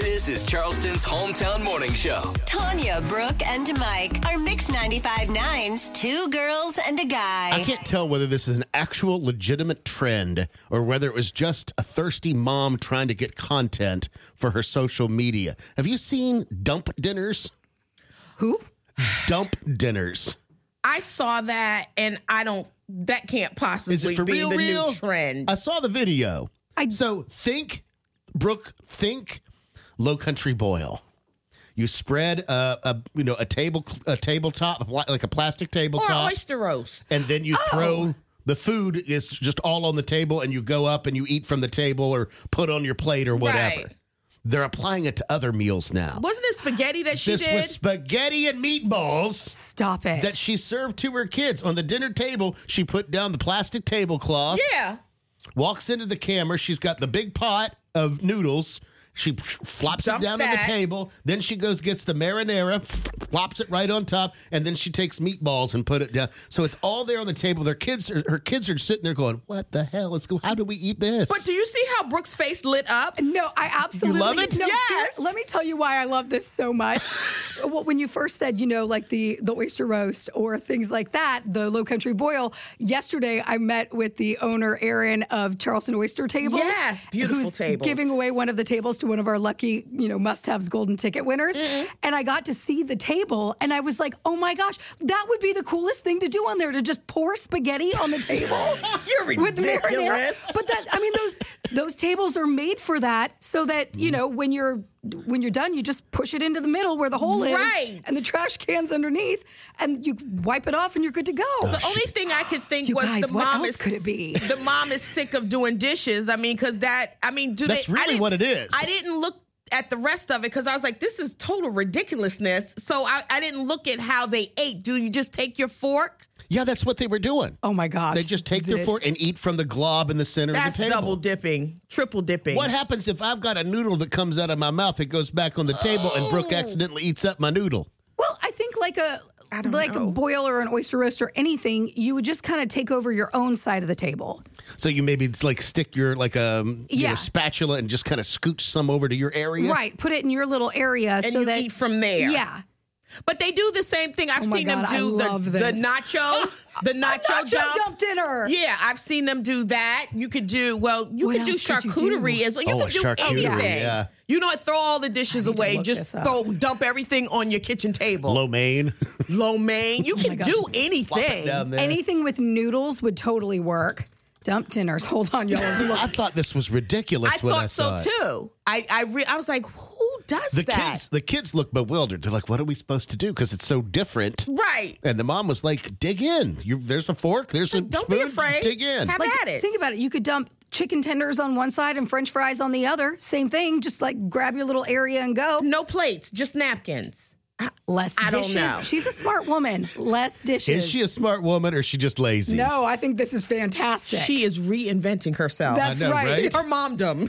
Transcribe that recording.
This is Charleston's hometown morning show. Tanya, Brooke, and Mike are Mix 95.9's two girls and a I guy. can't tell whether this is an actual legitimate trend or whether it was just a thirsty mom trying to get content for her social media. Have you seen dump dinners? Who? Dump dinners. I saw that and I don't that can't possibly Is it for be real? the real new trend. I saw the video. I- so think, Brooke. Think, low country boil. You spread a, a you know a table a tabletop like a plastic or tabletop. oyster roast. and then you Oh. throw the food is just all on the table and you go up and you eat from the table or put on your plate or whatever. Right. They're applying it to other meals now. Wasn't it spaghetti that she this did? was spaghetti and meatballs Stop it. that she served to her kids on the dinner table. She put down the plastic tablecloth, yeah. walks into the camera. She's got the big pot of noodles. She flops Dumps it down on that. the table. Then she goes gets the marinara, flops it right on top, and then she takes meatballs and put it down. So it's all there on the table. Their kids, are, her kids are sitting there going, "What the hell? Let's go. How do we eat this?" But do you see how Brooke's face lit up? No, I absolutely love it? No, Yes. here- let me tell you why I love this so much. well, when you first said, you know, like the the oyster roast or things like that, the low country boil. Yesterday, I met with the owner Aaron of Charleston Oyster Tables. Yes, beautiful who's tables. Giving away one of the tables to one of our lucky, you know, must-haves golden ticket winners. Mm-hmm. And I got to see the table, and I was like, oh my gosh, that would be the coolest thing to do on there to just pour spaghetti on the table. You're with marinara. ridiculous. But that I mean those those tables are made for that so that, you know, when you're when you're done, you just push it into the middle where the hole Right. is and the trash can's underneath and you wipe it off and you're good to go. The only thing I could think You was guys, the what mom else is could it be? the mom is sick of doing dishes. I mean, because that I mean, do That's they, I really didn't- what it is. I didn't look at the rest of it because I was like, this is total ridiculousness. So I, I didn't look at how they ate. Do you just take your fork? yeah, that's what they were doing. oh my gosh. they just take their This- fork and eat from the glob in the center That's of the table. double dipping, triple dipping. What happens if I've got a noodle that comes out of my mouth? It goes back on the table, and Oh. Brooke accidentally eats up my noodle. Well, I think like a don't like know. a boil or an oyster roast or anything, you would just kind of take over your own side of the table. So you maybe like stick your like um you know, Yeah. spatula and just kind of scooch some over to your area. Right. Put it in your little area and so you that eat from there. Yeah. But they do the same thing. I've Oh my seen God, them I do love the, the this. nacho, the nacho, Nacho dump dinner. Yeah, I've seen them do that. You could do well. You What could do else could you charcuterie do? as well. You Oh, could a do charcuterie, anything. yeah. You know, what? throw all the dishes away. look Just this up. throw dump everything on your kitchen table. Lo mein. Lo mein. You can Oh gosh. do Plop it anything. down there. Anything with noodles would totally work. Dump dinners. Hold on, y'all. I thought this was ridiculous. I when thought I so saw it. too. I I re- I was like, who does The that? kids, the kids look bewildered. They're like, "What are we supposed to do?" Because it's so different. Right. And the mom was like, "Dig in. You, there's a fork. There's a Don't spoon. be afraid. Dig in." Have at it. Think about it. You could dump chicken tenders on one side and french fries on the other. Same thing. Just like grab your little area and go. no plates, just napkins. Less I don't dishes. know. She's a smart woman. Less dishes. is she a smart woman or is she just lazy? no, I think this is fantastic. She is reinventing herself. That's I know, right. right? her momdom.